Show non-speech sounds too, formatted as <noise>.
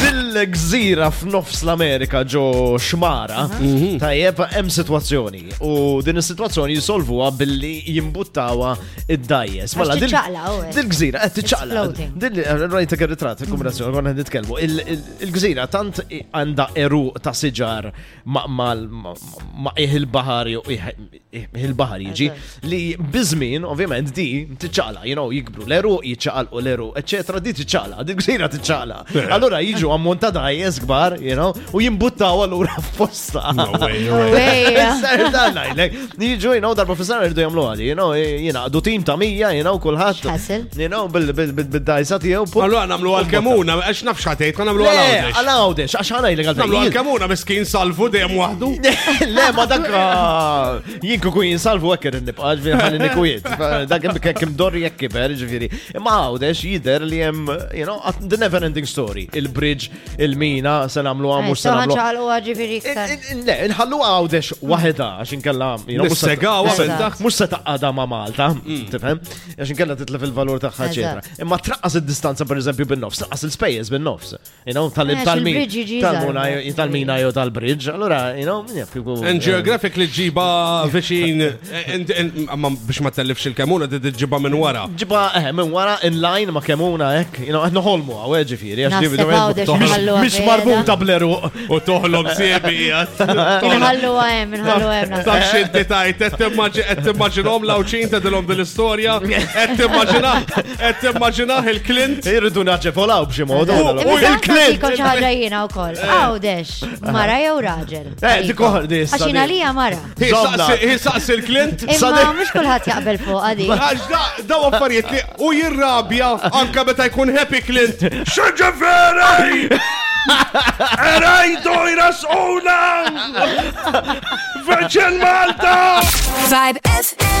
Fil-gżira f'nofs l-Amerika ġo xmara, tajjeb hemm situazzjoni. U din is-situazzjoni jisolvuha billi jimbuttawa id-dajjes. Mela, dil- tiċċaqla, u hekk. Dil-gżira, qed tiċċaqla. Exploding. Din- eh, Rajtek il-ritrat, il-kombinazzjoni, konna nitkellmu. Il- il- Il-gżira tant i- għanda eru ta' siġar ma' mal- ma' ma' iħ il-bahar jew iħ- iħ il-bahar jiġi li bizmin, ovvjament, di tiċċaqla, you know, jikbru l-eru, jiċċaqalqu l-eru, eccetera, di tiċċaqla, di gżira tiċċaqla. Eh. Allora jiġu ammonta dajjes kbar, you know, u jimbuttaw allura <laughs> f'posta. No way, no way. <laughs> Ejja. Sar dan najlek. Jiġu jinaw darba fissar irdu jamlu għadi. Jinaw jinaqdu tim ta' mija, jinaw kullħat. X'ħassel? Jinaw bil-dajsa tijaw. Allora namlu għal-kamuna, għax nafx ħatejt, ma namlu għal-għawdex. Għal-għawdex, għax ħana jilek Namlu għal-għawdex. għal-kamuna, miskin salfu dejjem wahdu. <laughs> Le, ma dak jien kuku jinsalvu għekker nibqa' ġviri ħalli nikwiet. Dak kem dorri e jekk kiber ġviri. E Ma għawdex jider li jem, you know, at- the never ending story. Il-bridge, il-mina, se namlu għamur, se Soħan namlu. ċaqlu għagġifiri iktar. Le, nħallu għawdex wahda, għaxin kalla. Nissega, Mm. Eżatt. għabel daħ. Mux se taqqada ma' Malta, tifhem? Għax inkella titlef il-valur tagħha ċetra. Eżatt. Imma traqqas id-distanza pereżempju bin-nofs, traqqas il-spejjeż bin-nofs. You know, Eh, tal-min xil-bridge jiġi tal-muna żgħar. jew- tal-mina jew tal-bridge, allura you know, yeah, people- And geographically ġiba viċin, and- and- ma- biex ma tellifx il-kamuna, d ġiba minn wara. ġiba eh, minn wara in-line ma' kemuna hekk, you know, qed noħolmu għaw eh, ġifieri għax Naħseb dividu għawdex nħalluha Mhix vera. marbuta bleru. U toħlob siebi eh, jgħat. Nħallu għem, nħallu għem. Taf xinti tajt, għed timmaġinom lawċin ta' dilom dil-istoria, għed timmaġina, għed timmaġina il-Clint. Irridu naġefolaw b'xi mod. U- allora. u eh, il-Clint. Kol ċaħġa jina u kol. Għawdex, mara jew raġel. Eh, dik oħra, di issa, Għaxina di. li mara. Zonna. Jisaqs il-Clint. Imma Sadi- mux kullħat jaqbel fuq <laughs> għadi. Għax da- daw affarijiet li u jirrabja anka meta jkun happy Clint. Xaġaferi! Erajdu jras Veċen Malta! Vibe FM.